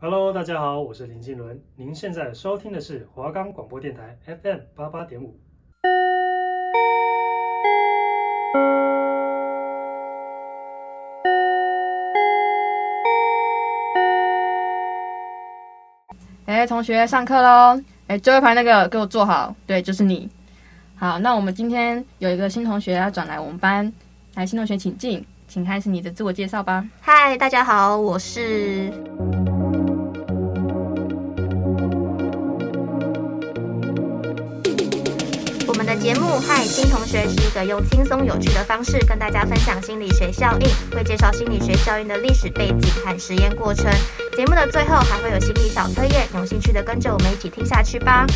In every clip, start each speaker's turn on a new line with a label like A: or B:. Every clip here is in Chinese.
A: Hello，大家好，我是林信伦。您现在收听的是华冈广播电台 FM 八八点五。
B: 哎，同学，上课喽！哎，最后一排那个给我坐好，对，就是你。好，那我们今天有一个新同学要转来我们班，来，新同学请进，请开始你的自我介绍吧。
C: 嗨，大家好，我是我们的节目《嗨新同学》是一个用轻松有趣的方式跟大家分享心理学效应，会介绍心理学效应的历史背景和实验过程。节目的最后还会有心理小测验，有兴趣的跟着我们一起听下去吧。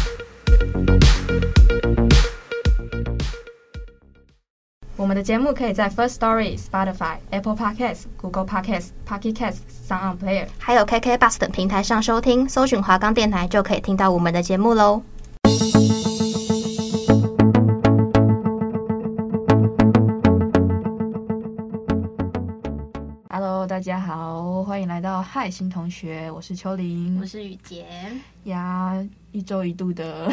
B: 我们的节目可以在 First Story、Spotify、Apple Podcasts、Google Podcasts、Pocket Casts、Sound On Player。
C: 还有 KK Bus 等平台上收听，搜寻华冈电台就可以听到我们的节目喽。
B: Hello，大家好，欢迎来到嗨新同学，我是秋玲，
D: 我是雨杰，
B: 呀，一周一度 的，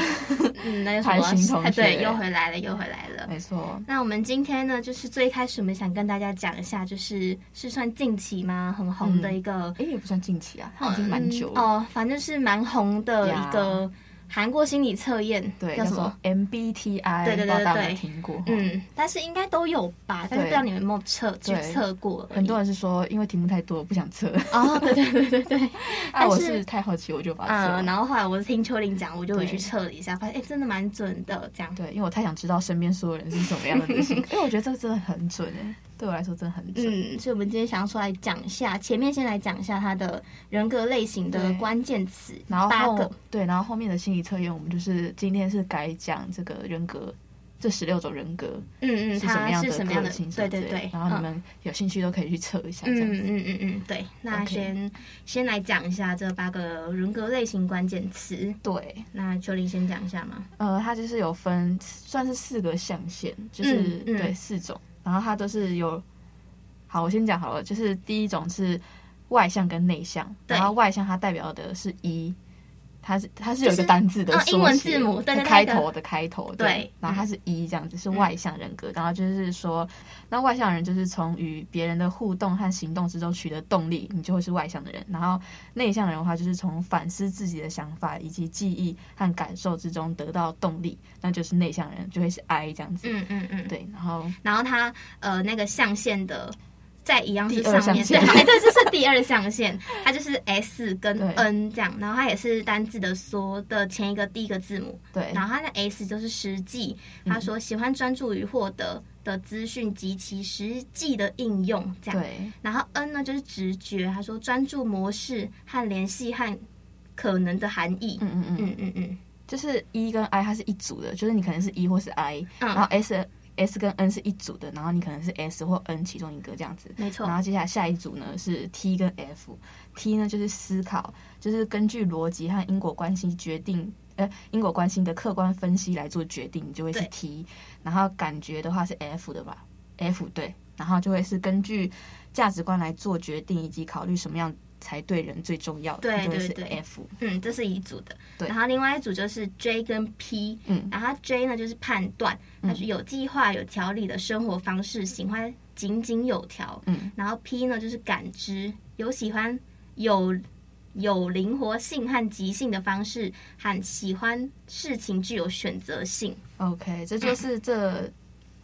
D: 嗯，那又
B: 海星同学嗯
D: 对，又回来了，又回来了。
B: 没错，
D: 那我们今天呢，就是最开始我们想跟大家讲一下，就是是算近期吗？很红的一个，
B: 哎，也不算近期啊，它已经蛮久
D: 嗯
B: 了。
D: 哦，反正是蛮红的
B: 呀
D: 一个韩国心理测验，
B: 对，
D: 叫
B: 叫
D: 什
B: 做
D: 么？
B: MBTI，
D: 对对对对
B: 不知道大家有没有
D: 对
B: 听过？
D: 嗯，但是应该都有吧，但是
B: 对
D: 不知道你们有没有测去
B: 对
D: 测过而已？
B: 很多人是说，因为题目太多不想 测。
D: 哦，对对对对对，
B: 啊，
D: 但
B: 我
D: 是
B: 是太好奇，我就把它测
D: 嗯，
B: 了。
D: 然后后来我听秋玲讲，我就回去
B: 啊对
D: 测了一下，发现哎，真的蛮准的，这样。
B: 对，因为我太想知道身边所有人是什么样的类 型，因为我觉得这个真的很准哎，对我来说真的很准。
D: 嗯，所以我们今天想要出来讲一下，前面先来讲一下它的人格类型的
B: 对
D: 关键词，
B: 然后
D: 八
B: 后
D: 个，
B: 对，然后后面的心理测验，我们就是今天是改讲这个人格，这十六种人格
D: 嗯
B: 是
D: 嗯，
B: 什么
D: 它
B: 样
D: 是
B: 的
D: 什么样
B: 个
D: 的
B: 性？，
D: 对对对，
B: 然后你
D: 嗯
B: 们有兴趣都可以去测一下，这样
D: 嗯
B: 子。
D: 嗯嗯嗯，对，那
B: OK
D: 先先来讲一下这八个人格类型关键词。
B: 对，
D: 那秋玲先讲一下嘛。
B: 呃，它就是有分，算是四个象限，就是、
D: 嗯嗯
B: 对四种，然后它都是有。好，我先讲好了，就是第一种是外向跟内向，
D: 对
B: 然后外向它代表的是一，它是它是有一
D: 就
B: 个
D: 是
B: 单字的
D: 嗯
B: 缩写、
D: 英文字母对对对
B: 开
D: 那个
B: 头的开头，对，
D: 对嗯
B: 然后它是一这样子，是外向人格，然后就是说，那外向人就是从与别人的互动和行动之中取得动力，你就会是外向的人，然后内向人的话，就是从反思自己的想法以及记忆和感受之中得到动力，那就是内向人，就会是 I 这样子。
D: 嗯嗯嗯，
B: 对，然后
D: 然后它呃那个象限的。在一样是
B: 第二
D: 上面，
B: 象限
D: 对，哎对，这是第二象限，它就是 S 跟
B: 对
D: N 这样，然后它也是单字的缩的前一个第一个字母，
B: 对
D: 然后他的 S 就是实际，
B: 嗯
D: 他说喜欢专注于获得的资讯及其实际的应用，这样。
B: 对
D: 然后 N 呢就是直觉，他说专注模式和联系和可能的含义。
B: 嗯嗯嗯，
D: 嗯嗯嗯，
B: 就是一、跟 I 它是一组的，就是你可能是一、或是 I，、
D: 嗯
B: 然后 S S 跟 N 是一组的，然后你可能是 S 或 N 其中一个这样子。
D: 没错
B: 然。后接下来下一组呢是 T 跟 F，T 呢就是思考，就是根据逻辑和因果关系决定，呃，因果关系的客观分析来做决定，你就会是
D: 对
B: T。然后感觉的话是 F 的吧？F 对，然后就会是根据价值观来做决定，以及考虑什么样才对人最重要，
D: 对
B: 你就会
D: 对
B: 是
D: 对
B: F。
D: 嗯，这是一组的。
B: 对
D: 然后另外一组就是 J 跟 P，
B: 嗯
D: 然后它 J 呢就是判断，它是有计划、有条理的生活方式，喜欢井井有条。
B: 嗯，
D: 然后 P 呢就是感知，有喜欢有有灵活性和即兴的方式，和喜欢事情具有选择性。
B: OK，这就是这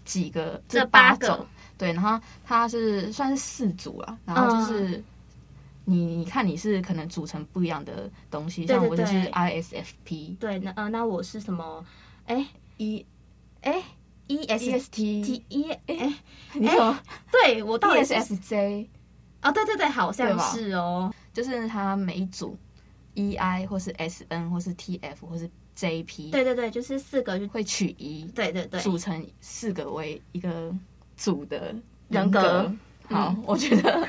B: 几个
D: 这
B: 八
D: 八个
B: 种对，然后它是算是四组啦，然后
D: 嗯
B: 就是。你你看你是可能组成不一样的东西，
D: 对
B: 像
D: 对
B: 我就是
D: 对
B: ISFP、
D: 对，那呃，那我是什么？哎
B: E
D: 哎，E S
B: EST，
D: T E 哎，
B: 你说
D: 对我到底是
B: ESFJ，
D: 哦，对对对，好
B: 对
D: 像
B: 吧
D: 是哦。
B: 就是它每一组 EI 或是 SN 或是 TF 或是 JP，
D: 对对对，就是四个，
B: 会取一
D: 对对对，
B: 组成四个为一个组的
D: 人格嗯
B: 好，我觉得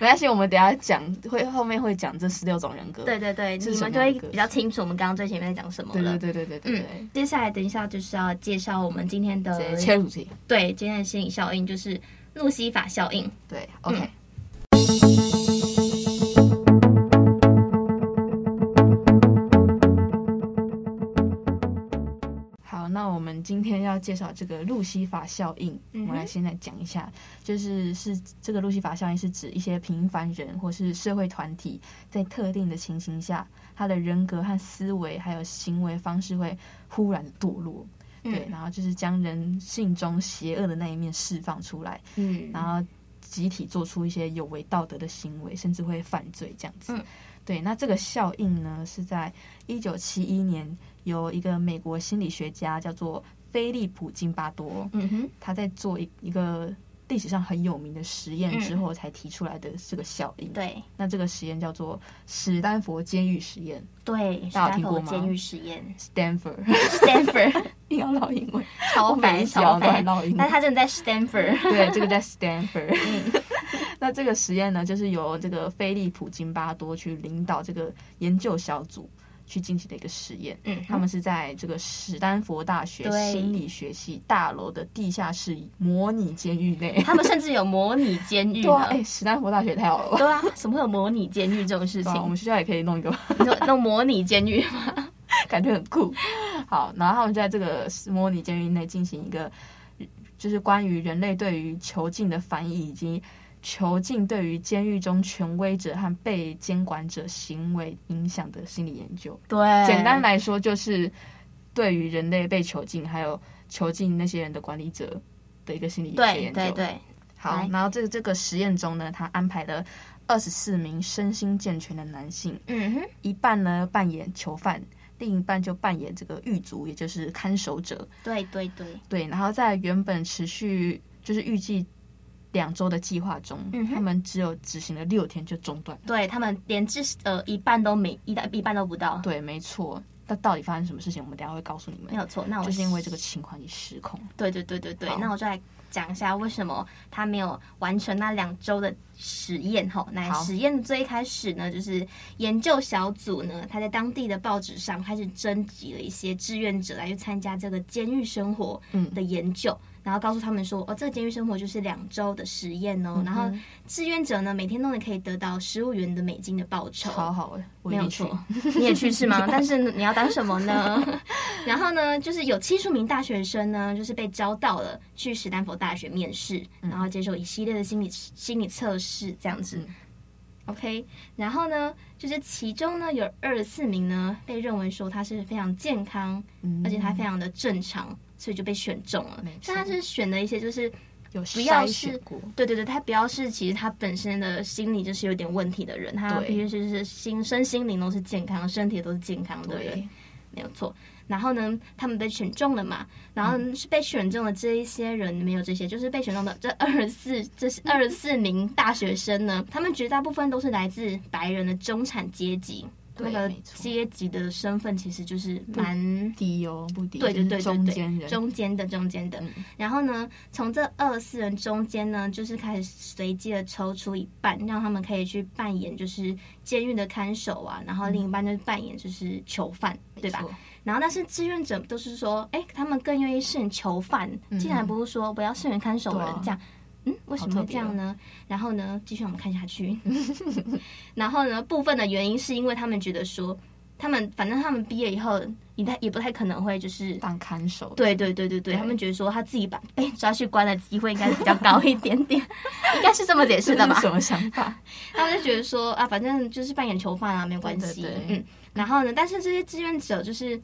B: 没关系，我们等一下讲会后面会讲这十六种人格。
D: 对对对，
B: 是
D: 你
B: 什
D: 们
B: 么
D: 就会
B: 歌
D: 比较清楚我们刚刚最前面在讲什么
B: 对
D: 了。
B: 对对对对对对
D: 嗯，接下来等一下就是要介绍我们今天的
B: 直接切入主题。
D: 对今天的心理效应，就是路西法
B: 嗯
D: 效应。
B: 对，OK。们今天要介绍这个路西法效应，我
D: 嗯哼
B: 们来先来讲一下，就是是这个路西法效应是指一些平凡人或是社会团体在特定的情形下，他的人格和思维还有行为方式会忽然堕落，对，然后就是将人性中邪恶的那一面释放出来，
D: 嗯
B: 然后集体做出一些有违道德的行为，甚至会犯罪这样子。
D: 嗯
B: 对，那这个效应呢，是在一九七一年由一个美国心理学家叫做菲利普金巴多，
D: 嗯哼，
B: 他在做一一个历史上很有名的实验之后才提出来的这个效应。
D: 嗯对
B: 那这个实验叫做史丹佛监狱实验
D: 对，
B: 大家有听过
D: 口
B: 吗
D: 监狱实验
B: （Stanford），
D: ，Stanford
B: 硬要唠英文，
D: 超
B: 我每
D: 凡
B: 一集
D: 超
B: 要
D: 凡
B: 乱，唠英文
D: 但。他真的 在 Stanford，
B: 对，这个在 Stanford。那 这个实验呢，就是由这个菲利普金巴多去领导这个研究小组去进行的一个实验。
D: 嗯，
B: 他们是在这个史丹佛大学
D: 对
B: 心理学系大楼的地下室模拟监狱内。
D: 他们甚至有模拟监狱
B: 对啊，
D: 呢
B: 哎、，史丹佛大学太好了吧？
D: 对啊，怎么会有模拟监狱这种事
B: 对啊我
D: 情？
B: 们学校也可以弄一个吧，
D: 你说弄模拟监狱吗？
B: 感觉很酷。好，然后他们就在这个模拟监狱内进行一个，就是关于人类对于囚禁的翻译以及囚禁对于监狱中权威者和被监管者行为影响的心理研究。
D: 对
B: 简单来说，就是对于人类被囚禁还有囚禁那些人的管理者的一个心理学
D: 对
B: 研究。
D: 对对，
B: 好
D: 来，
B: 然后这个这个实验中呢，他安排了二十四名身心健全的男性，
D: 嗯哼，
B: 一半呢扮演囚犯，另一半就扮演这个狱卒，也就是看守者。
D: 对对对，
B: 对，然后在原本持续就是预计两周的计划中，
D: 嗯哼
B: 他们只有执行了六天就中断了。
D: 对他们连至呃一半都没一一半都不到，
B: 对，没错。那到底发生什么事情？我们等一下会告诉你
D: 没
B: 们。
D: 有错。那我
B: 就是因为这个情况你失控。
D: 对对对对对
B: 好，
D: 那我就来讲一下为什么他没有完成那两周的实验吼。那
B: 好
D: 实验最开始呢，就是研究小组呢，他在当地的报纸上开始征集了一些志愿者来去参加这个监狱生活
B: 嗯
D: 的研究。然后告诉他们说，哦，这个监狱生活就是两周的实验
B: 嗯
D: 哦。然后志愿者呢，每天都能可以得到十五元的美金的报酬，
B: 超好哎，我
D: 没
B: 一
D: 有
B: 定去
D: 错。，你也去是 吗？但是你要当什么呢？ 然后呢，就是有七十名大学生呢，就是被招到了去史丹佛大学面试，然后接受一系列的心理心理测试这样子。
B: 嗯
D: OK，然后呢，就是其中呢有二十四名呢被认为说他是非常健康，
B: 嗯
D: 而且他非常的正常，所以就被选中了
B: 没。错
D: 但他是选了一些就是
B: 有
D: 不要
B: 筛选
D: 是
B: 过，
D: 对对对，他不要是其实他本身的心理就是有点问题的人，他
B: 对
D: 必须是是心身心灵都是健康，身体都是健康的人，
B: 对，
D: 没有错。然后呢，他们被选中了嘛，然后是被选中的这一些人没有这些，就是被选中的这二十四这二十四名大学生呢， 他们绝大部分都是来自白人的中产阶级，那
B: 对，
D: 个
B: 没错。
D: 阶级的身份其实就是蛮。
B: 低哦，不低，
D: 对对
B: 就
D: 对
B: 是
D: 对
B: 中
D: 对，
B: 间人，
D: 中间的中间的。
B: 嗯
D: 然后呢，从这二四人中间呢，就是开始随机的抽出一半，让他们可以去扮演就是监狱的看守啊，然后另一半就是扮演就是囚犯，对吧
B: 嗯没？错
D: 然后但是志愿者都是说，哎，他们更愿意胜囚犯，竟然不是说不要胜任看守人、
B: 对啊
D: 这样。嗯，为什么
B: 好
D: 会
B: 特
D: 这
B: 别哦
D: 样呢？然后呢，继续让我们看下去。 然后呢，部分的原因是因为他们觉得说，他们反正他们毕业以后，也太也不太可能会就是
B: 当看守，
D: 对对对对对，
B: 对
D: 他们觉得说他自己把被抓去关的机会应该比较高一点 点，应该是这么解释
B: 这
D: 的吧
B: 是？什么想 法？
D: 他们就觉得说啊，反正就是扮演囚犯啊，没有关系。
B: 对对对
D: 嗯，然后呢，但是这些志愿者就是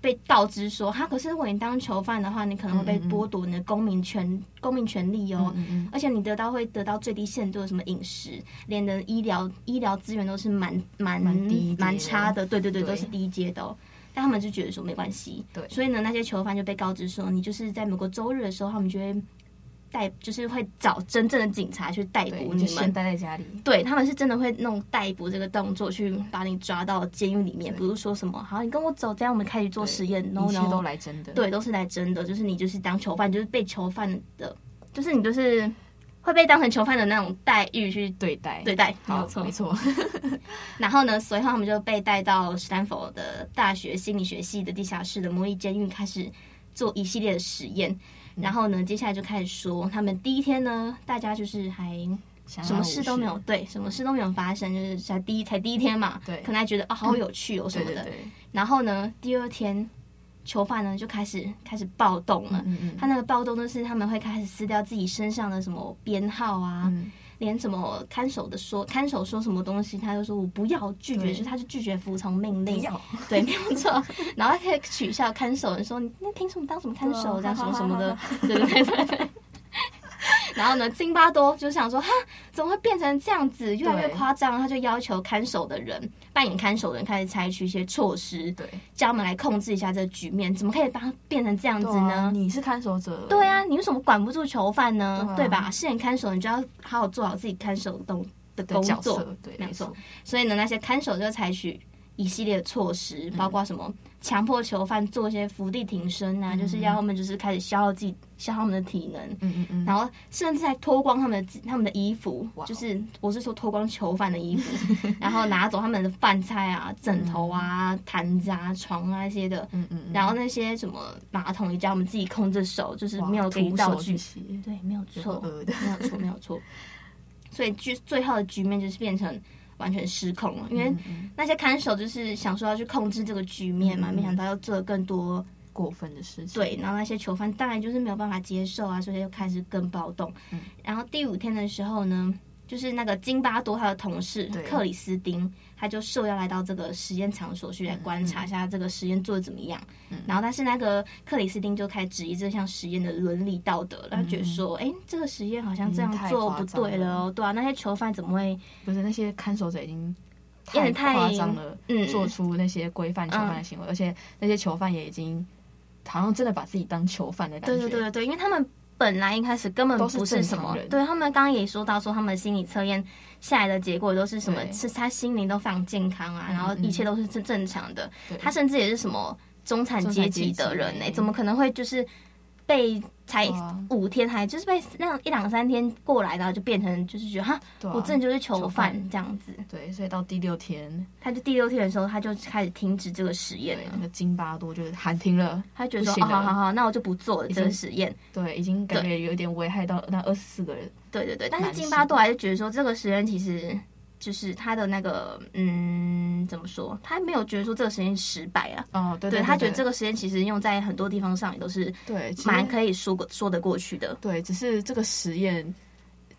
D: 被告知说，哈，可是如果你当囚犯的话，你可能会被
B: 嗯嗯嗯
D: 剥夺你的公民权、公民权利哦。
B: 嗯嗯
D: 而且你得到会得到最低限度的什么饮食，连的医疗医疗资源都是蛮蛮
B: 蛮低阶的
D: 蛮差的，对对对，
B: 对
D: 都是低阶的、哦。但他们就觉得说没关系，
B: 对
D: 所以呢，那些囚犯就被告知说，你就是在某个周日的时候，他们就会逮，就是会找真正的警察去逮
B: 嗯，对，
D: 捕
B: 你就
D: 哎你
B: 先
D: 们。
B: 待在家里，
D: 对，他们是真的会弄逮捕这个动作去把你抓到监狱里面，不是说什么好，你跟我走，这样我们开始做
B: 对
D: 实验，no
B: 一切
D: no，
B: 都来真的，
D: 对，都是来真的，就是你就是当囚犯，就是被囚犯的，就是你就是会被当成囚犯的那种待遇去
B: 对待，
D: 对，待，没
B: 好
D: 有，错
B: 没。 错，
D: 然后呢，随后他们就被带到史丹佛的大学心理学系的地下室的模拟监狱，开始做一系列的实验。
B: 嗯
D: 然后呢，接下来就开始说，他们第一天呢，大家就是还
B: 相
D: 什么
B: 啊安无
D: 事都没有，对，什么事都没有发生，就是才第一才第一天嘛，
B: 对
D: 啊
B: 嗯
D: 可能还觉得哦好有趣哦什
B: 对
D: 么
B: 对
D: 的。
B: 对，
D: 然后呢，第二天囚犯呢就开始开始暴动了。
B: 嗯嗯
D: 他那个暴动就是他们会开始撕掉自己身上的什么编号啊，
B: 嗯
D: 连什么看守的说看守说什么东西，他就说我不要拒绝，
B: 对
D: 就是他就拒绝服从命
B: 不
D: 令。
B: 要
D: 对， 没有错。然后他可以取笑看守人说：“你那凭什么当什么看 守？
B: 啊
D: 这样什么什么的。”对对对对。然后呢，津巴多就想说：“哈，怎么会变成这样子？越来越
B: 对
D: 夸张。”他就要求看守的人扮演看守的人开始采取一些措施，
B: 对，
D: 叫他们来控制一下这个局面。怎么可以把它变成这样子
B: 对啊
D: 呢？
B: 你是看守者，
D: 对啊，你为什么管不住囚犯呢？
B: 对
D: 对
B: 啊
D: 吧？饰演看守，你就要好好做好自己看守的动的
B: 的
D: 工
B: 角
D: 作。
B: 色，对，
D: 没错。所以呢，那些看守就采取一系列的措施，
B: 嗯
D: 包括什么强迫囚犯做一些伏地挺身啊，就是要他们就是开始消耗自己消耗他们的体能，
B: 嗯嗯嗯，
D: 然后甚至还脱光他们的自他们的衣服
B: 哇，哦
D: 就是我是说脱光囚犯的衣服， 然后拿走他们的饭菜啊、枕头啊、毯子啊、床啊一些的。
B: 嗯嗯嗯，
D: 然后那些什么马桶也叫我们自己空着手，就是
B: 哇
D: 没有给你
B: 徒
D: 道
B: 手
D: 具
B: 去，洗
D: 对，没有
B: 错
D: 错，
B: 的，
D: 没有错，没有错。所以局最后的局面就是变成完全失控了，因
B: 嗯
D: 为那些看守就是想说要去控制这个局面嘛，
B: 嗯
D: 没想到又做了更多
B: 过分的事情，
D: 对，然后那些囚犯当然就是没有办法接受啊，所以就开始更暴动。
B: 嗯
D: 然后第五天的时候呢，就是那个津巴多他的同事
B: 对
D: 克里斯汀，他就受邀来到这个实验场所
B: 嗯
D: 去来观察一下这个实验做的怎么样。然后但是那个克里斯汀就开始质疑这项实验的伦理道德了，他觉得说，哎、这个实验好像这样
B: 嗯太
D: 做
B: 夸
D: 不
B: 张
D: 对了哦，对啊，那些囚犯怎么会？
B: 不是那些看守者已经
D: 有
B: 太
D: 点太
B: 夸张了，
D: 嗯
B: 做出那些规范囚犯的行为，而且那些囚犯也已经好像真的把自己当囚犯的感
D: 对
B: 觉，
D: 对对对对，因为他们本来一开始根本
B: 都是
D: 不
B: 正
D: 什
B: 常
D: 么
B: 人，
D: 对他们刚刚也说到说他们心理测验下来的结果都是什么，
B: 对嗯
D: 是他心灵都非常健康啊，然后一切都是正正常的，
B: 对
D: 他甚至也是什么中产阶级的
B: 中产
D: 人呢、
B: 阶级嗯
D: 怎么可能会就是被才
B: 对啊
D: 五天还就是被那样一两三天过来，然后就变成就是觉得哈，
B: 对啊
D: 我真的就是囚
B: 囚
D: 犯
B: 犯
D: 这样子，
B: 对，所以到第六天，
D: 他就第六天的时候他就开始停止这个实验了
B: 那。个津巴多就是喊停了，
D: 他觉得说，
B: 不
D: 哦，
B: 行了
D: 好好好，那我就不做了
B: 已
D: 这个
B: 经
D: 实验。
B: 对，已经感觉有点危害到那二十四个人，
D: 对对对，但是
B: 蛮
D: 津
B: 是
D: 巴多还是觉得说这个实验其实就是他的那个嗯，怎么说？他没有觉得说这个实验失败啊。
B: 哦，对
D: 对
B: 对，
D: 他觉得这
B: 个
D: 个实验其实用在很多地方上也都是
B: 对其实
D: 蛮可以说过说得过去的。
B: 对，只是这个实验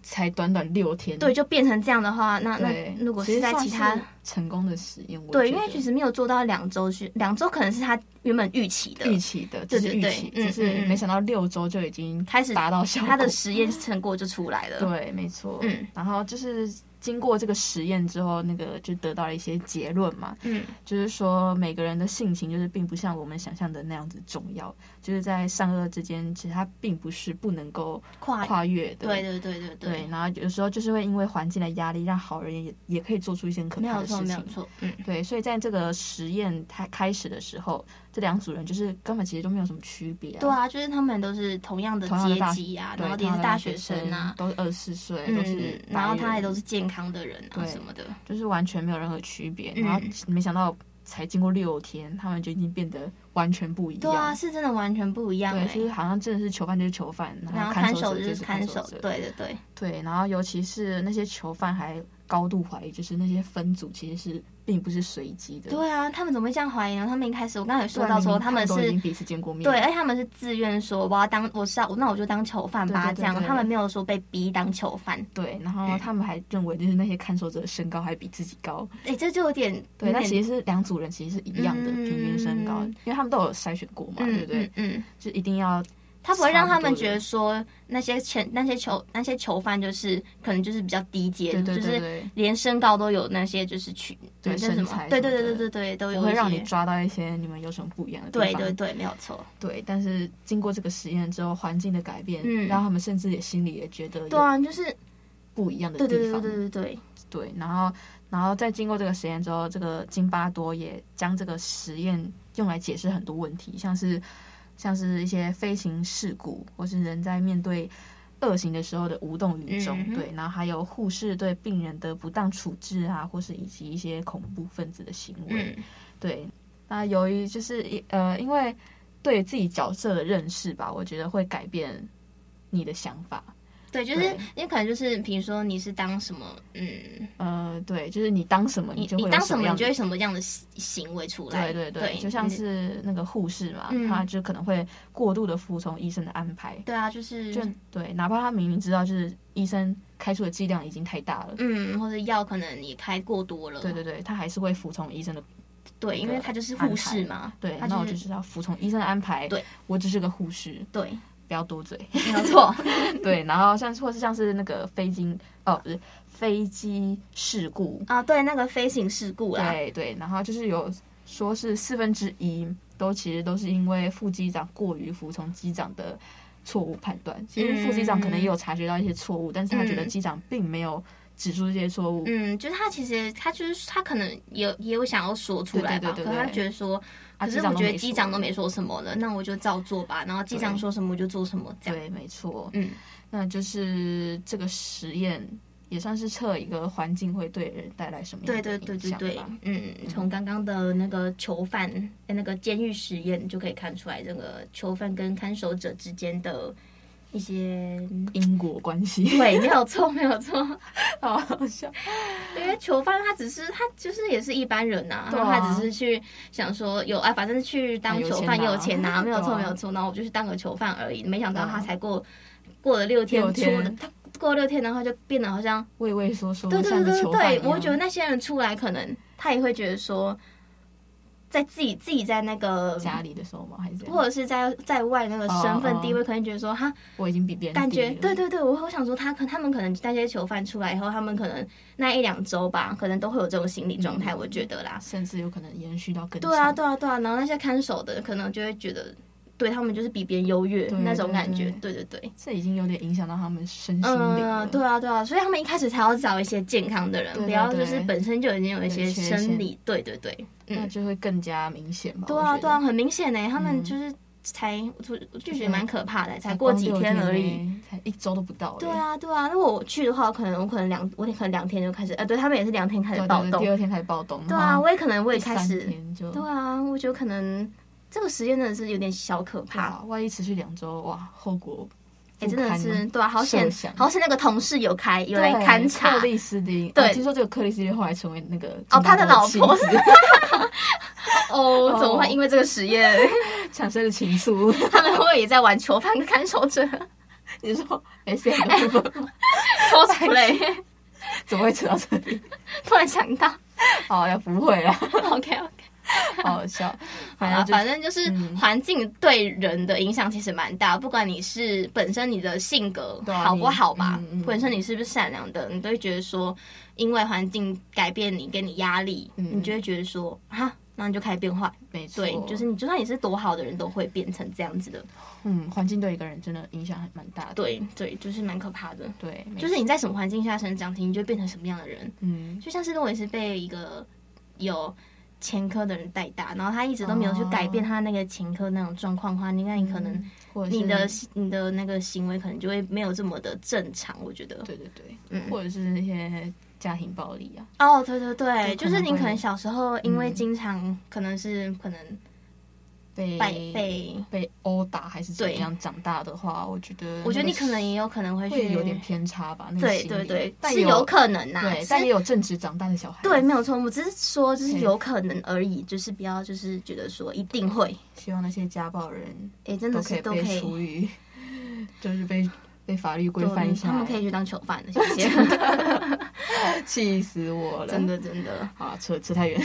B: 才短短六天，
D: 对，就变成这样的话，那
B: 对，
D: 那如果
B: 其
D: 是
B: 实
D: 在
B: 算
D: 其他
B: 成功的实验，我
D: 对，
B: 觉
D: 因为
B: 得
D: 其实没有做到两周去，两周可能是他原本预期的，
B: 预期的，这是
D: 对
B: 预
D: 对
B: 期，只
D: 对嗯嗯
B: 是
D: 嗯
B: 没想到六周就已经
D: 开始
B: 达到效果，
D: 他的实验成果就出来了。
B: 对，没错，
D: 嗯
B: 然后就是经过这个实验之后，那个就得到了一些结论嘛，
D: 嗯，
B: 就是说每个人的性情就是并不像我们想象的那样子重要，就是在善恶之间，其实它并不是不能够
D: 跨
B: 跨越的，
D: 对对对对
B: 对，，然后有时候就是会因为环境的压力，让好人也也可以做出一些很可
D: 没
B: 怕
D: 有
B: 的事
D: 错没有
B: 情。
D: 错，嗯。
B: 对，所以在这个实验它开始的时候，这两组人就是根本其实都没有什么区别、啊。
D: 对啊，就是他们都是同样的
B: 同样的
D: 阶
B: 大
D: 级啊，
B: 对，
D: 然后也
B: 他
D: 是
B: 们
D: 大
B: 学
D: 学生啊，
B: 都是二十四岁，都是
D: 嗯，然后
B: 白
D: 他也
B: 人
D: 都是健康的人啊
B: 对
D: 什么的，
B: 就是完全没有任何区别。
D: 嗯
B: 然后没想到才经过六天，他们就已经变得完全不一样。
D: 对啊，是真的完全不一样
B: 对，
D: 哎、
B: 就是好像真的是囚犯就是囚犯，
D: 然
B: 然
D: 后
B: 后
D: 看
B: 看
D: 守
B: 守
D: 就
B: 者
D: 是
B: 是
D: 看
B: 守
D: 守，
B: 者。
D: 对对对，
B: 对，然后尤其是那些囚犯还高度怀疑，就是那些分组其实是并不是随机的。
D: 对啊，他们怎么会这样怀疑呢？他们一开始我刚才有
B: 对
D: 说
B: 啊，
D: 到
B: 明
D: 说
B: 明
D: 他
B: 他
D: 们
B: 都已
D: 是
B: 经彼此见过面
D: 对，而
B: 了，
D: 且他们是自愿说我要当我是要那我就当囚犯
B: 对
D: 吧
B: 对对
D: 这样，
B: 对
D: 他们没有说被逼当囚犯，
B: 对，然
D: 嗯
B: 后他们还认为就是那些看守者的身高还比自己高，
D: 哎、这就有点
B: 对，
D: 有
B: 那
D: 点
B: 其实是两组人其实是一样的
D: 嗯
B: 平均身高，因为他们都有筛选过嘛，对
D: 嗯
B: 不对
D: 嗯？嗯，
B: 就一定要
D: 他不会让他
B: 差
D: 们
B: 不多
D: 觉
B: 的
D: 得说那些前那些囚那些囚犯就是可能就是比较低阶，
B: 对对
D: 就
B: 对
D: 是
B: 对，
D: 连身高都有那些就是取
B: 对
D: 那是什
B: 身
D: 么？
B: 材
D: 对
B: 什
D: 对
B: 么
D: 对
B: 的
D: 对对对，都有
B: 不会
D: 一
B: 让
D: 些
B: 你抓到一些你们有什么不一样的地
D: 对
B: 方。
D: 对对，没有错。
B: 对但是经过这个实验之后，环境的改变，
D: 嗯
B: 让他们甚至也心里也觉得
D: 对
B: 有
D: 啊，就是
B: 不一样的地
D: 对
B: 方。
D: 对对对对对对，
B: 对然后然后在经过这个实验之后，这个津巴多也将这个实验用来解释很多问题，像是像是一些飞行事故，或是人在面对。恶行的时候的无动于衷，
D: 嗯哼
B: 对，然后还有护士对病人的不当处置啊，或是以及一些恐怖分子的行为，
D: 嗯，
B: 对，那由于就是一呃，因为对自己角色的认识吧，我觉得会改变你的想法。
D: 对，就是
B: 对
D: 你可能就是，比如说你是当什么，嗯，
B: 呃，对，就是你当什么
D: 你
B: 就会
D: 你
B: 有
D: 当什么，
B: 样
D: 你就
B: 的
D: 会什么样的行行为出来。
B: 对对对，就像
D: 你
B: 是那个护士嘛，
D: 嗯
B: 他就可能会过度的服从医生的安排，
D: 对啊，就是
B: 就对，哪怕他明明知道就是医生开出的剂量已经太大了，
D: 嗯，或者药可能你开过多了，
B: 对对对，他还是会服从医生的，
D: 对，因为他就是护士嘛，
B: 对，
D: 他
B: 那我
D: 就
B: 就是是要服从医生的安排，
D: 对，
B: 我只是个护士，
D: 对，
B: 不要多嘴，
D: 没有错，
B: 对，然后像是或是像是那个飞机，哦不是飞机事故，
D: 啊，对，那个飞行事故啦，
B: 对对，然后就是有说是四分之一都其实都是因为副机长过于服从机长的错误判断。其实副机长可能也有察觉到一些错误，但是他觉得
D: 嗯
B: 机长并没有指出这些错误，
D: 嗯，就是他其实他就是他可能也有也有想要说出来吧，
B: 对对对对
D: 可是他
B: 对
D: 觉得说，
B: 啊
D: 可
B: 机
D: 是
B: 长
D: 我
B: 都
D: 觉得
B: 没
D: 机
B: 说
D: 长都没说什么了，那我就照做吧，然后机长
B: 对
D: 说什么我就做什么这样。
B: 对，没错。
D: 嗯，
B: 那就是这个实验也算是测一个环境会对人带来什么样
D: 对
B: 的
D: 对对
B: 影
D: 对
B: 响
D: 对
B: 吧。，
D: 嗯，从刚刚的那个囚犯呃那个监狱实验就可以看出来，这个囚犯跟看守者之间的一些。
B: 因果关系，
D: 对，没有错，没有错。
B: 好好笑。
D: 因为囚犯他只是他就是也是一般人呐、
B: 对
D: 然
B: 啊
D: 后他只是去想说有啊，反正去当囚犯
B: 有钱拿
D: 也有钱拿、没有
B: 对
D: 错
B: 啊
D: 没有错，然后我就去当个囚犯而已。没想到
B: 对啊
D: 他才过过了六天
B: 六
D: 出
B: 天
D: 的，他过了六天，然后就变得好像
B: 畏畏缩缩，
D: 对对
B: 像
D: 对
B: 个
D: 对
B: 囚犯一
D: 对，
B: 样
D: 我会觉得那些人出来，可能他也会觉得说，在自己自己在那个。
B: 家里的时候嘛，还是这样
D: 或者是在在外那个身
B: 哦
D: 份
B: 哦
D: 地位，可能觉得说哈，
B: 我已经比别人
D: 感
B: 低
D: 觉
B: 了
D: 对对对，我我想说他可他们可能那些囚犯出来以后，他们可能那一两周吧，可能都会有这种心理状态，
B: 嗯
D: 我觉得啦。
B: 甚至有可能延续到更
D: 对啊，
B: 长
D: 对啊，对啊，然后那些看守的可能就会觉得，对他们就是比别人优越
B: 对
D: 那种
B: 对
D: 感觉，
B: 对
D: 对对对。
B: 这已经有点影响到他们身心灵了。
D: 嗯，对啊，对啊，所以他们一开始才要找一些健康的人，
B: 对对啊
D: 不要就
B: 对
D: 是本身就已经有一些
B: 有缺陷
D: 生理，对对对，
B: 那
D: 嗯，
B: 就会更加明显吧。
D: 对
B: 我
D: 啊，
B: 觉
D: 对
B: 得
D: 啊，，很明显呢，他
B: 嗯
D: 们就是才，我我就觉
B: 是
D: 得蛮可怕的，才
B: 才
D: 过
B: 光
D: 几
B: 六
D: 天而已，
B: 欸，才一周都不到欸。
D: 对啊，对啊。如果我去的话，我可能我可能两，我可能两天就开始，呃，对他们也是两天开
B: 对，啊
D: 始
B: 对
D: 暴
B: 对
D: 动。
B: 第二天开始暴动。
D: 对
B: 然
D: 啊，
B: 后
D: 我也可能我也
B: 第
D: 开
B: 三
D: 始。
B: 天就
D: 对啊，我觉得可能这个实验真的是有点小可怕。
B: 哇，万一持续两周，哇，后果
D: 哎、真
B: 啊不
D: 的
B: 堪哦
D: 是
B: 呢
D: 对啊，好
B: 设
D: 险
B: 想，
D: 好险那个同事有开有来
B: 对
D: 勘察
B: 克，里斯汀，
D: 对
B: 哦听说这个克里斯汀后来成为那个
D: 哦他的老
B: 金
D: 婆
B: 大哥
D: 哦， 怎么会因为这个 实验，
B: 妻子 产生了情愫。
D: 他们会不会也在玩囚犯跟看守 者
B: 你说 S M 的部分吗
D: 哎 cosplay？
B: 怎么会扯到这里？
D: 突然想 到
B: 哦，要不会啦，
D: ，OK OK，
B: 好好笑。
D: 好
B: 反
D: 啦，
B: 正就是
D: 啊反正就是
B: 嗯
D: 环境对人的影响其实蛮大，不管你是本身你的性格
B: 对啊
D: 好不好吧
B: 你嗯嗯，
D: 本身你是不是善良的，你都会觉得说，因为环境改变你，给你压力，
B: 嗯
D: 你就会觉得说，啊，那你就开始变坏。
B: 没错，
D: 对，就是你就算你是多好的人，都会变成这样子的。
B: 嗯，环境对一个人真的影响还蛮大的。
D: 对对，就是蛮可怕的。
B: 对，没
D: 就是
B: 错
D: 你在什么环境下成长，你就会变成什么样的人。
B: 嗯，
D: 就像是我也是被一个有前科的人带大，然后他一直都没有去改变
B: 哦
D: 他那个前科那种状况的话，你看你可能
B: 嗯或者是
D: 你的你的那个行为可能就会没有这么的正常。我觉得，
B: 对对对，
D: 嗯，
B: 或者是那些家庭暴力啊，
D: 哦，对对对，
B: 就可
D: 就
B: 能
D: 是你
B: 会
D: 可能小时候因为
B: 嗯
D: 经常可能是可能
B: 被
D: 被嗯被，
B: 被殴打还是怎么
D: 对
B: 样长大的话，我觉得
D: 我觉得
B: 那
D: 你
B: 个
D: 可能也有可能会
B: 会
D: 去
B: 有点偏差吧。那个
D: 对
B: 心
D: 对
B: 理
D: 对，
B: 但
D: 是
B: 也
D: 有可能呐、啊，
B: 对，但也有正直长大的小孩。
D: 对，没有错，我只是说就是
B: 对
D: 有可能而已，就是不要就是觉得说一定会，
B: 希望那些家暴人
D: 哎、真
B: 都
D: 的
B: 可
D: 是
B: 以
D: 都
B: 被处于，就是被被法律规范一下。
D: 他们可以去当囚犯的， 谢谢，
B: 气死我了，
D: 真。的真的。
B: 啊，扯扯太远，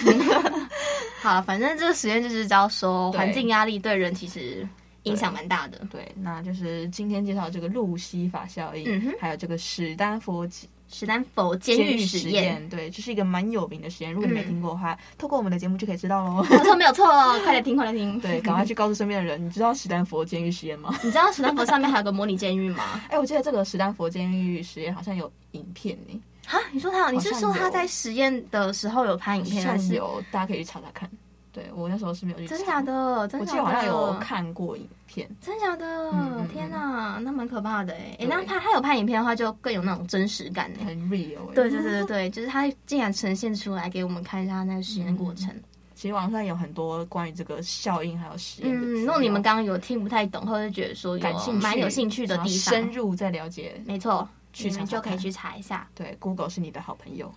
D: 好，反正这个实验就是知道说
B: 对
D: 环境压力对人其实影响蛮大的。
B: 对，那就是今天介绍这个路西法效应，
D: 嗯哼
B: 还有这个史丹佛
D: 史丹佛监狱实
B: 实
D: 验，，
B: 对，这是一个蛮有名的实验。如果你没
D: 嗯
B: 听过的话，透过我们的节目就可以知道 喽。
D: 没有错没有错，快来听快来 听。
B: 对，赶快去告诉身边的人。你知道史丹佛监狱实验吗？
D: 你知道史丹佛上面还有个模拟监狱吗？
B: 哎、我记得这个史丹佛监狱实验好像有影片呢、
D: 哈，你说他，你是
B: 好像
D: 说他
B: 有
D: 在实验的时候有拍影片，
B: 好
D: 还
B: 像
D: 是
B: 有，大家可以去查查看。对我那时候是没有去查，
D: 真假？的？真
B: 我
D: 的
B: 记得
D: 假的？
B: 好像有看过影片，
D: 真假的？
B: 嗯嗯
D: 天哪，那蛮可怕的哎！哎、
B: 对
D: 那他他有拍影片的话，就更有那种真实感哎。
B: 很 real、欸。
D: 对对对对对，就是他竟然呈现出来给我们看一下他那个实验过程。嗯
B: 其实网上有很多关于这个效应还有实验的资料。
D: 嗯，如果你们刚刚有听不太懂，或者觉得说有
B: 感兴趣、
D: 蛮有兴趣的
B: 想要
D: 地方，
B: 深入再了解，
D: 没错，
B: 去
D: 你
B: 查
D: 们
B: 查
D: 就可以
B: 看
D: 去查一下
B: 对，Google 是你的好朋友。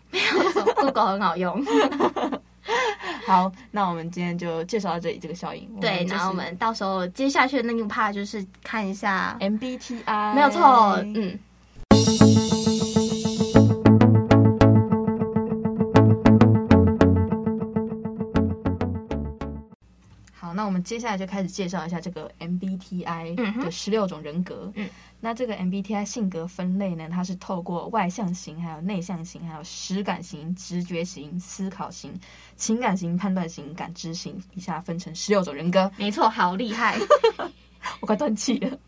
D: ，Google 很好用。
B: 好，那我们今天就介绍到这里，这个效应。
D: 对，然后我们到时候接下去的那一趴就是看一下，
B: 哎 MBTI
D: 没有错，嗯。
B: 好，那我们接下来就开始介绍一下这个 MBTI
D: 嗯哼
B: 的十六种人格。
D: 嗯，
B: 那这个 MBTI 性格分类呢，它是透过外向型、还有内向型、还有实感型、直觉型、思考型、情感型、判断型、感知型以下分成十六种人格。
D: 没错，好厉害！
B: 我快断气了。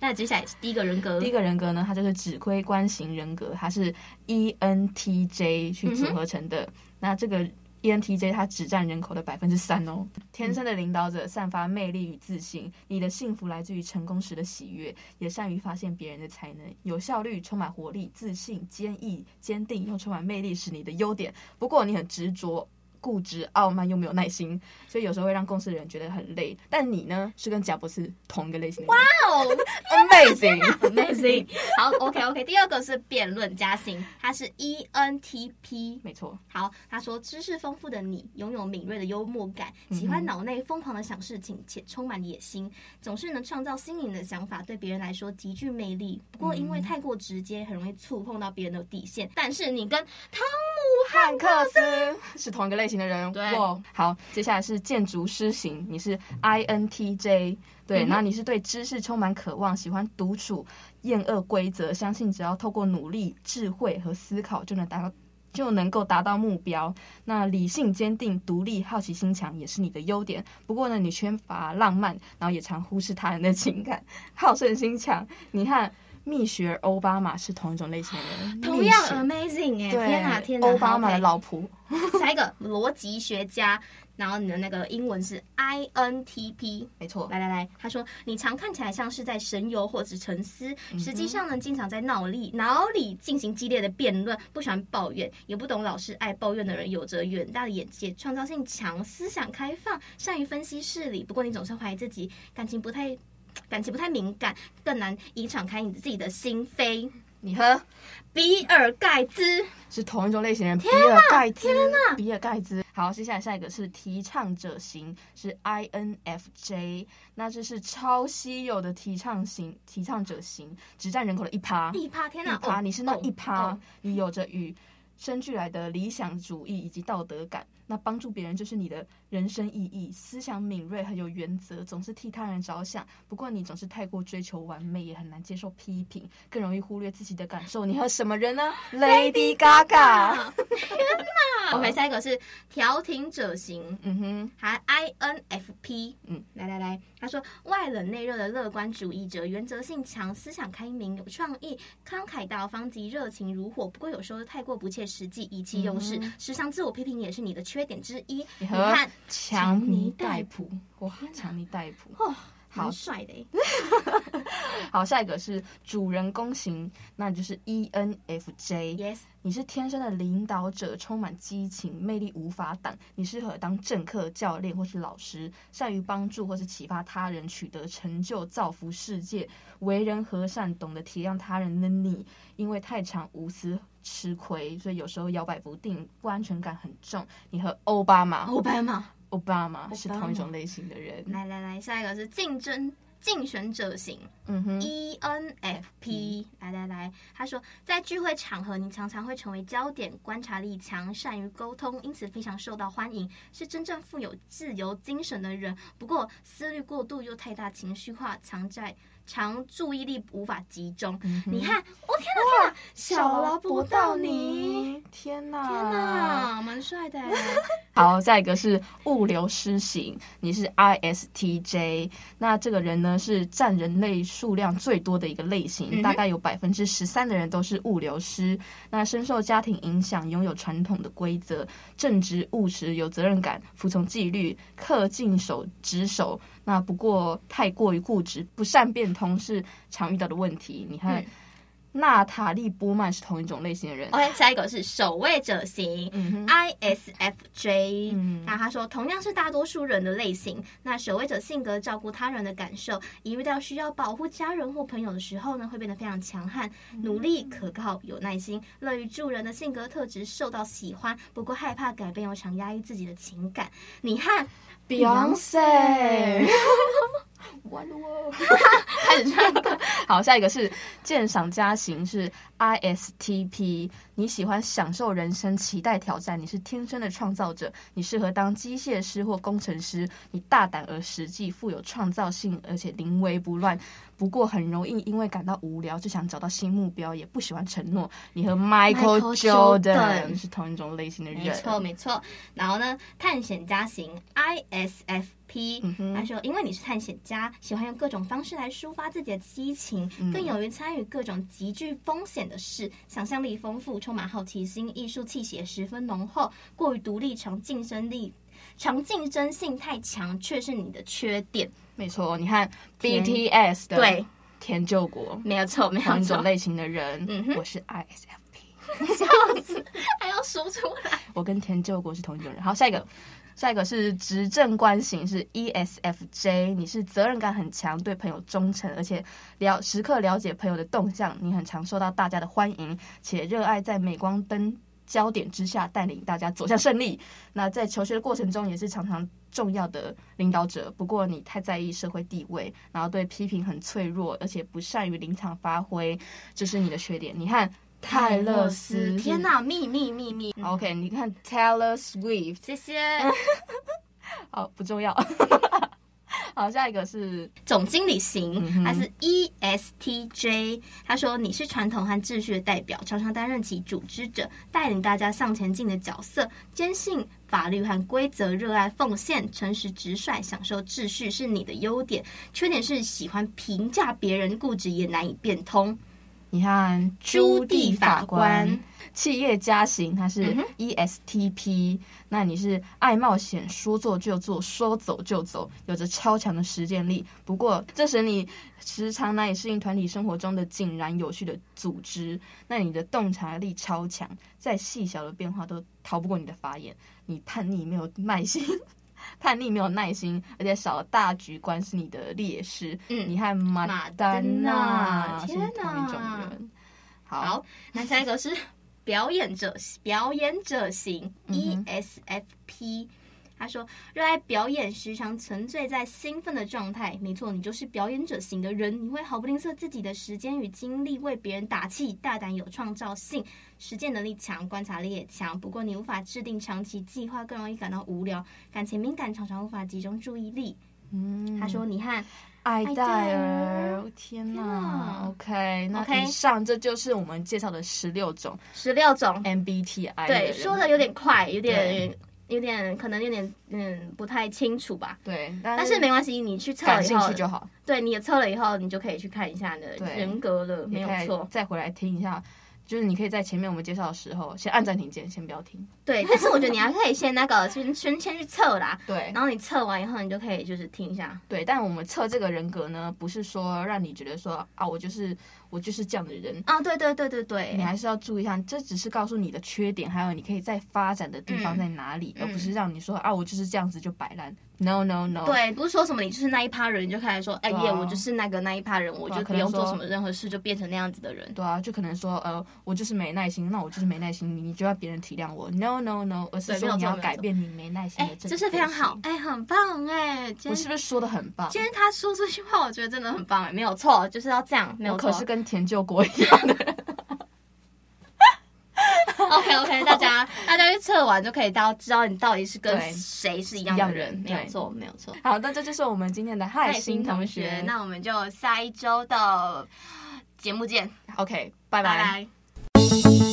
D: 那接下来是第一个人格，
B: 第一个人格呢，它就是指挥官型人格，它是 E ENTJ 去组合成的。那这个 E ENTJ 它只占人口的百分之三哦。天生的领导者，散发魅力与自信。你的幸福来自于成功时的喜悦，也善于发现别人的才能，有效率，充满活力，自信、坚毅、坚定又充满魅力是你的优点。不过你很执着。固执、傲慢又没有耐心，所以有时候会让共事的人觉得很累。但你呢，是跟贾博士同一个类型的人。
D: 哦
B: Amazing，
D: amazing。好，OK OK。第二个是辩论家型，他是 E ENTP。
B: 没错，
D: 好，他说知识丰富的你拥有敏锐的幽默感，喜欢脑内疯狂的想事情，且充满野心，总是能创造新颖的想法，对别人来说极具魅力。不过因为太过直接，很容易触碰到别人的底线。但是你跟汤
B: 汉克斯是同一个类型的人。
D: 对
B: 哇，好，接下来是建筑师型，你是 INTJ，对，
D: 嗯哼
B: 然后你是对知识充满渴望，喜欢独处，厌恶规则，相信只要透过努力、智慧和思考就能达到。就能够达到目标。那理性、坚定、独立、好奇心强也是你的优点。不过呢，你缺乏浪漫，然后也常忽视他人的情感， 好胜心强。你看，蜜雪儿奥巴马是同一种类型的人，
D: 同样
B: 蜜雪
D: amazing 哎、
B: 对，
D: 天哪天哪！
B: 奥巴马
D: 好
B: 的
D: ，OK
B: 老婆，
D: 下一个逻辑学家，然后你的那个英文是 INTP。
B: 没错，
D: 来来来，他说你常看起来像是在神游或者沉
B: 嗯
D: 思，实际上呢，经常在脑力脑里进行激烈的辩论，不喜欢抱怨，也不懂老是爱抱怨的人有着远大的眼界，创造性强，思想开放，善于分析事理。不过你总是怀疑自己，感情不太。感情不太敏感，更难以敞开你自己的心扉。
B: 你喝
D: 比尔盖茨，
B: 是同一种类型人，比尔盖茨，比尔盖茨。好，接下来下一个是提倡者型，是 INFJ，那这是超稀有的提倡型，提倡者型只占人口的一趴，
D: 一趴，天
B: 一
D: 哪！
B: 趴，
D: 哦
B: 你是那
D: 哦
B: 一趴
D: 哦，
B: 你有着与生俱来的理想主义以及道德感。那帮助别人就是你的人生意义，思想敏锐，很有原则，总是替他人着想。不过你总是太过追求完美，也很难接受批评，更容易忽略自己的感受。你和什么人呢？Lady Gaga。
D: 啊天哪！OK，下一个是调停者型，
B: 嗯哼，
D: 还 INFP。
B: 嗯
D: 嗯，来来来，他说外冷内热的乐观主义者，原则性强，思想开明，有创意，慷慨大方及热情如火。不过有时候太过不切实际，意气用事，时常自我批评也是你的缺点之一。
B: 你
D: 你
B: 和
D: 看，
B: 强尼戴普
D: 普，
B: 哇，强尼戴 普。
D: 哦，
B: 好
D: 好帅的耶，欸
B: 好，下一个是主人公型，那就是 E ENFJ。
D: Yes，
B: 你是天生的领导者，充满激情，魅力无法挡。你适合当政客、教练或是老师，善于帮助或是启发他人取得成就，造福世界。为人和善，懂得体谅他人的你，因为太常无私吃亏，所以有时候摇摆不定，不安全感很重。你和奥巴马、
D: 奥巴马。
B: 奥巴马
D: 巴
B: 是同一种
D: 马
B: 类型的人。
D: 来来来，下一个是竞争竞选者型。
B: 嗯哼，
D: E ENFP，来来来，他说在聚会场合，你常常会成为焦点，观察力强，善于沟通，因此非常受到欢迎，是真正富有自由精神的人。不过思虑过度又太大，情绪化，常在常注意力无法集中。
B: 嗯
D: 你看，我、天哪天哪，小劳勃道尼，，
B: 嗯天哪，
D: 天！哪，蛮帅的耶。
B: 好，下一个是物流师型，你是 ISTJ，那这个人呢是占人类数量最多的一个类型，
D: 嗯哼
B: 大概有百分之十三的人都是物流师。那深受家庭影响，拥有传统的规则，正直务实，有责任感，服从纪律，恪尽守职守。那不过太过于固执，不善变通是常遇到的问题。你看。
D: 嗯哦
B: 娜塔莉波曼是同一种类型的人。
D: OK，下一个是守卫者型、
B: 嗯
D: ISFJ，、
B: 嗯
D: 那他说同样是大多数人的类型，那守卫者性格照顾他人的感受，一遇到需要保护家人或朋友的时候呢，会变得非常强悍、
B: 嗯
D: 努力、可靠、有耐心，乐于助人的性格特质受到喜欢，不过害怕改变又常压抑自己的情感。你看，
B: Beyonce，完了哦，开始唱歌。 好，下一个是鉴赏家型，是 ISTP。你喜欢享受人生，期待挑战，你是天生的创造者，你适合当机械师或工程师。你大胆而实际，富有创造性，而且临危不乱。不过很容易因为感到无聊，就想找到新目标，也不喜欢承诺。你和 Michael
D: Michael Jordan
B: Jordan 是同一种类型的人，
D: 没错，没错。然后呢，探险家型 ISFP，、
B: 嗯哼
D: 他说，因为你是探险家，喜欢用各种方式来抒发自己的激情，
B: 嗯
D: 更勇于参与各种极具风险的事，想象力丰富，充满好奇心，艺术气息也十分浓厚，过于独立，常竞争力。常竞争性太强，却是你的缺点。
B: 没错。你看
D: 天
B: BTS 的
D: 对，
B: 田救国，
D: 没有错，没有
B: 同一
D: 错
B: 种。类型的人，
D: 嗯哼
B: 我是 ISFP，
D: 笑死， 还要说出来。
B: 我跟田救国是同一种人。好，下一个，下一个是执政官型，是 E ESFJ，你是责任感很强，对朋友忠诚，而且了时刻了解朋友的动向，你很常受到大家的欢迎，且热爱在镁光灯。焦点之下，带领大家走向胜利。那在求学的过程中，也是常常重要的领导者。不过，你太在意社会地位，然后对批评很脆弱，而且不善于临场发挥，这是你的缺点。你看泰勒斯，
D: 天哪，秘密秘密，
B: OK，你看 Taylor Swift，
D: 谢谢。
B: 哦，不重要。 好，下一个是
D: 总经理型
B: 嗯哼，
D: 他是 E ESTJ。他说你是传统和秩序的代表，常常担任起组织者，带领大家向前进的角色，坚信法律和规则，热爱奉献，诚实直率，享受秩序是你的优点。缺点是喜欢评价别人，固执也难以变通。
B: 你看
D: 朱棣法官，
B: 企业家型，他是 E
D: 嗯哼
B: ESTP，、那你是爱冒险，说做就做，说走就走，有着超强的实践力。不过，这使你时常难以适应团体生活中的井然有序的组织。那你的洞察力超强，在细小的变化都逃不过你的法眼。你叛逆没有 耐心。叛逆没有耐心，而且少了大局观是你的劣势。
D: 嗯
B: 你和马
D: 马
B: 丹
D: 丹
B: 娜
D: 娜
B: 是
D: 天
B: 同一种
D: 哪
B: 人。
D: 好，那下一个是表演者表演者型 E
B: 嗯哼
D: ESFP。他说：“热爱表演，时常沉醉在兴奋的状态。没错，你就是表演者型的人，你会毫不吝啬自己的时间与精力为别人打气，大胆有创造性，实践能力强，观察力也强。不过，你无法制定长期计划，更容易感到无聊，感情敏感，常常无法集中注意力。
B: 嗯
D: 他说：‘你和
B: 爱
D: 戴
B: 戴
D: 尔
B: 尔，天
D: 天
B: 哪
D: 哪
B: ！OK，那
D: OK
B: 以上这就是我们介绍的十六种
D: 十六种
B: MBTI 的
D: 对，
B: 人嗯
D: 说的有点快，有
B: 对
D: 点有点可能有点嗯不太清楚吧。
B: 对，
D: 但
B: 但
D: 是没关系，你去测
B: 感
D: 了以
B: 兴
D: 后
B: 趣，就好，
D: 对你也测了以后，你就可以去看一下你的
B: 对
D: 人格了，没
B: 你
D: 有
B: 可以
D: 错。
B: 哎再回来听一下。就是你可以在前面我们介绍的时候，先按暂停键，先不要听。
D: 对，但是我觉得你还可以先那个先先先去测啦，
B: 对
D: 然后你测完以后，你就可以就是听一下。
B: 对，但我们测这个人格呢，不是说让你觉得说啊，我就是我就是这样的人，
D: 啊，对对对对对
B: 你，还是要注意一下，这只是告诉你的缺点，还有你可以再发展的地方
D: 嗯
B: 在哪里，而不
D: 嗯
B: 是让你说啊，我就是这样子就摆烂。No no no，
D: 对，不是说什么你就是那一趴人，你就开始说，哎
B: 对啊
D: 耶，我就是那个那一趴人，我
B: 对啊
D: 就
B: 可
D: 不
B: 能
D: 用做
B: 说
D: 什么任何事，就变成那样子的人。
B: 对啊，就可能说，呃，我就是没耐心，那我就是没耐心，你你就要别人体谅我，no no no，而是
D: 对没
B: 说
D: 有
B: 你
D: 错
B: 要
D: 没有
B: 改
D: 错
B: 变你没耐心
D: 哎
B: 的，这
D: 这
B: 个
D: 是非常
B: 东
D: 好
B: 西，。
D: 哎，很棒哎，今
B: 我
D: 天
B: 是不是说的很棒
D: 今？天他说这句话，我觉得真的很棒哎，没有错，就是要这样，没有
B: 我
D: 错
B: 可。是跟田救国一样的 人，
D: OK OK，大家大家去测完就可以到知道你到底是跟
B: 对
D: 谁是一样
B: 一
D: 的
B: 样人
D: 人，没有
B: 对
D: 错，没有错。
B: 好，那这就是我们今天 的嗨心同学。
D: 那我们就下一周的节目见，
B: OK，拜
D: 拜拜。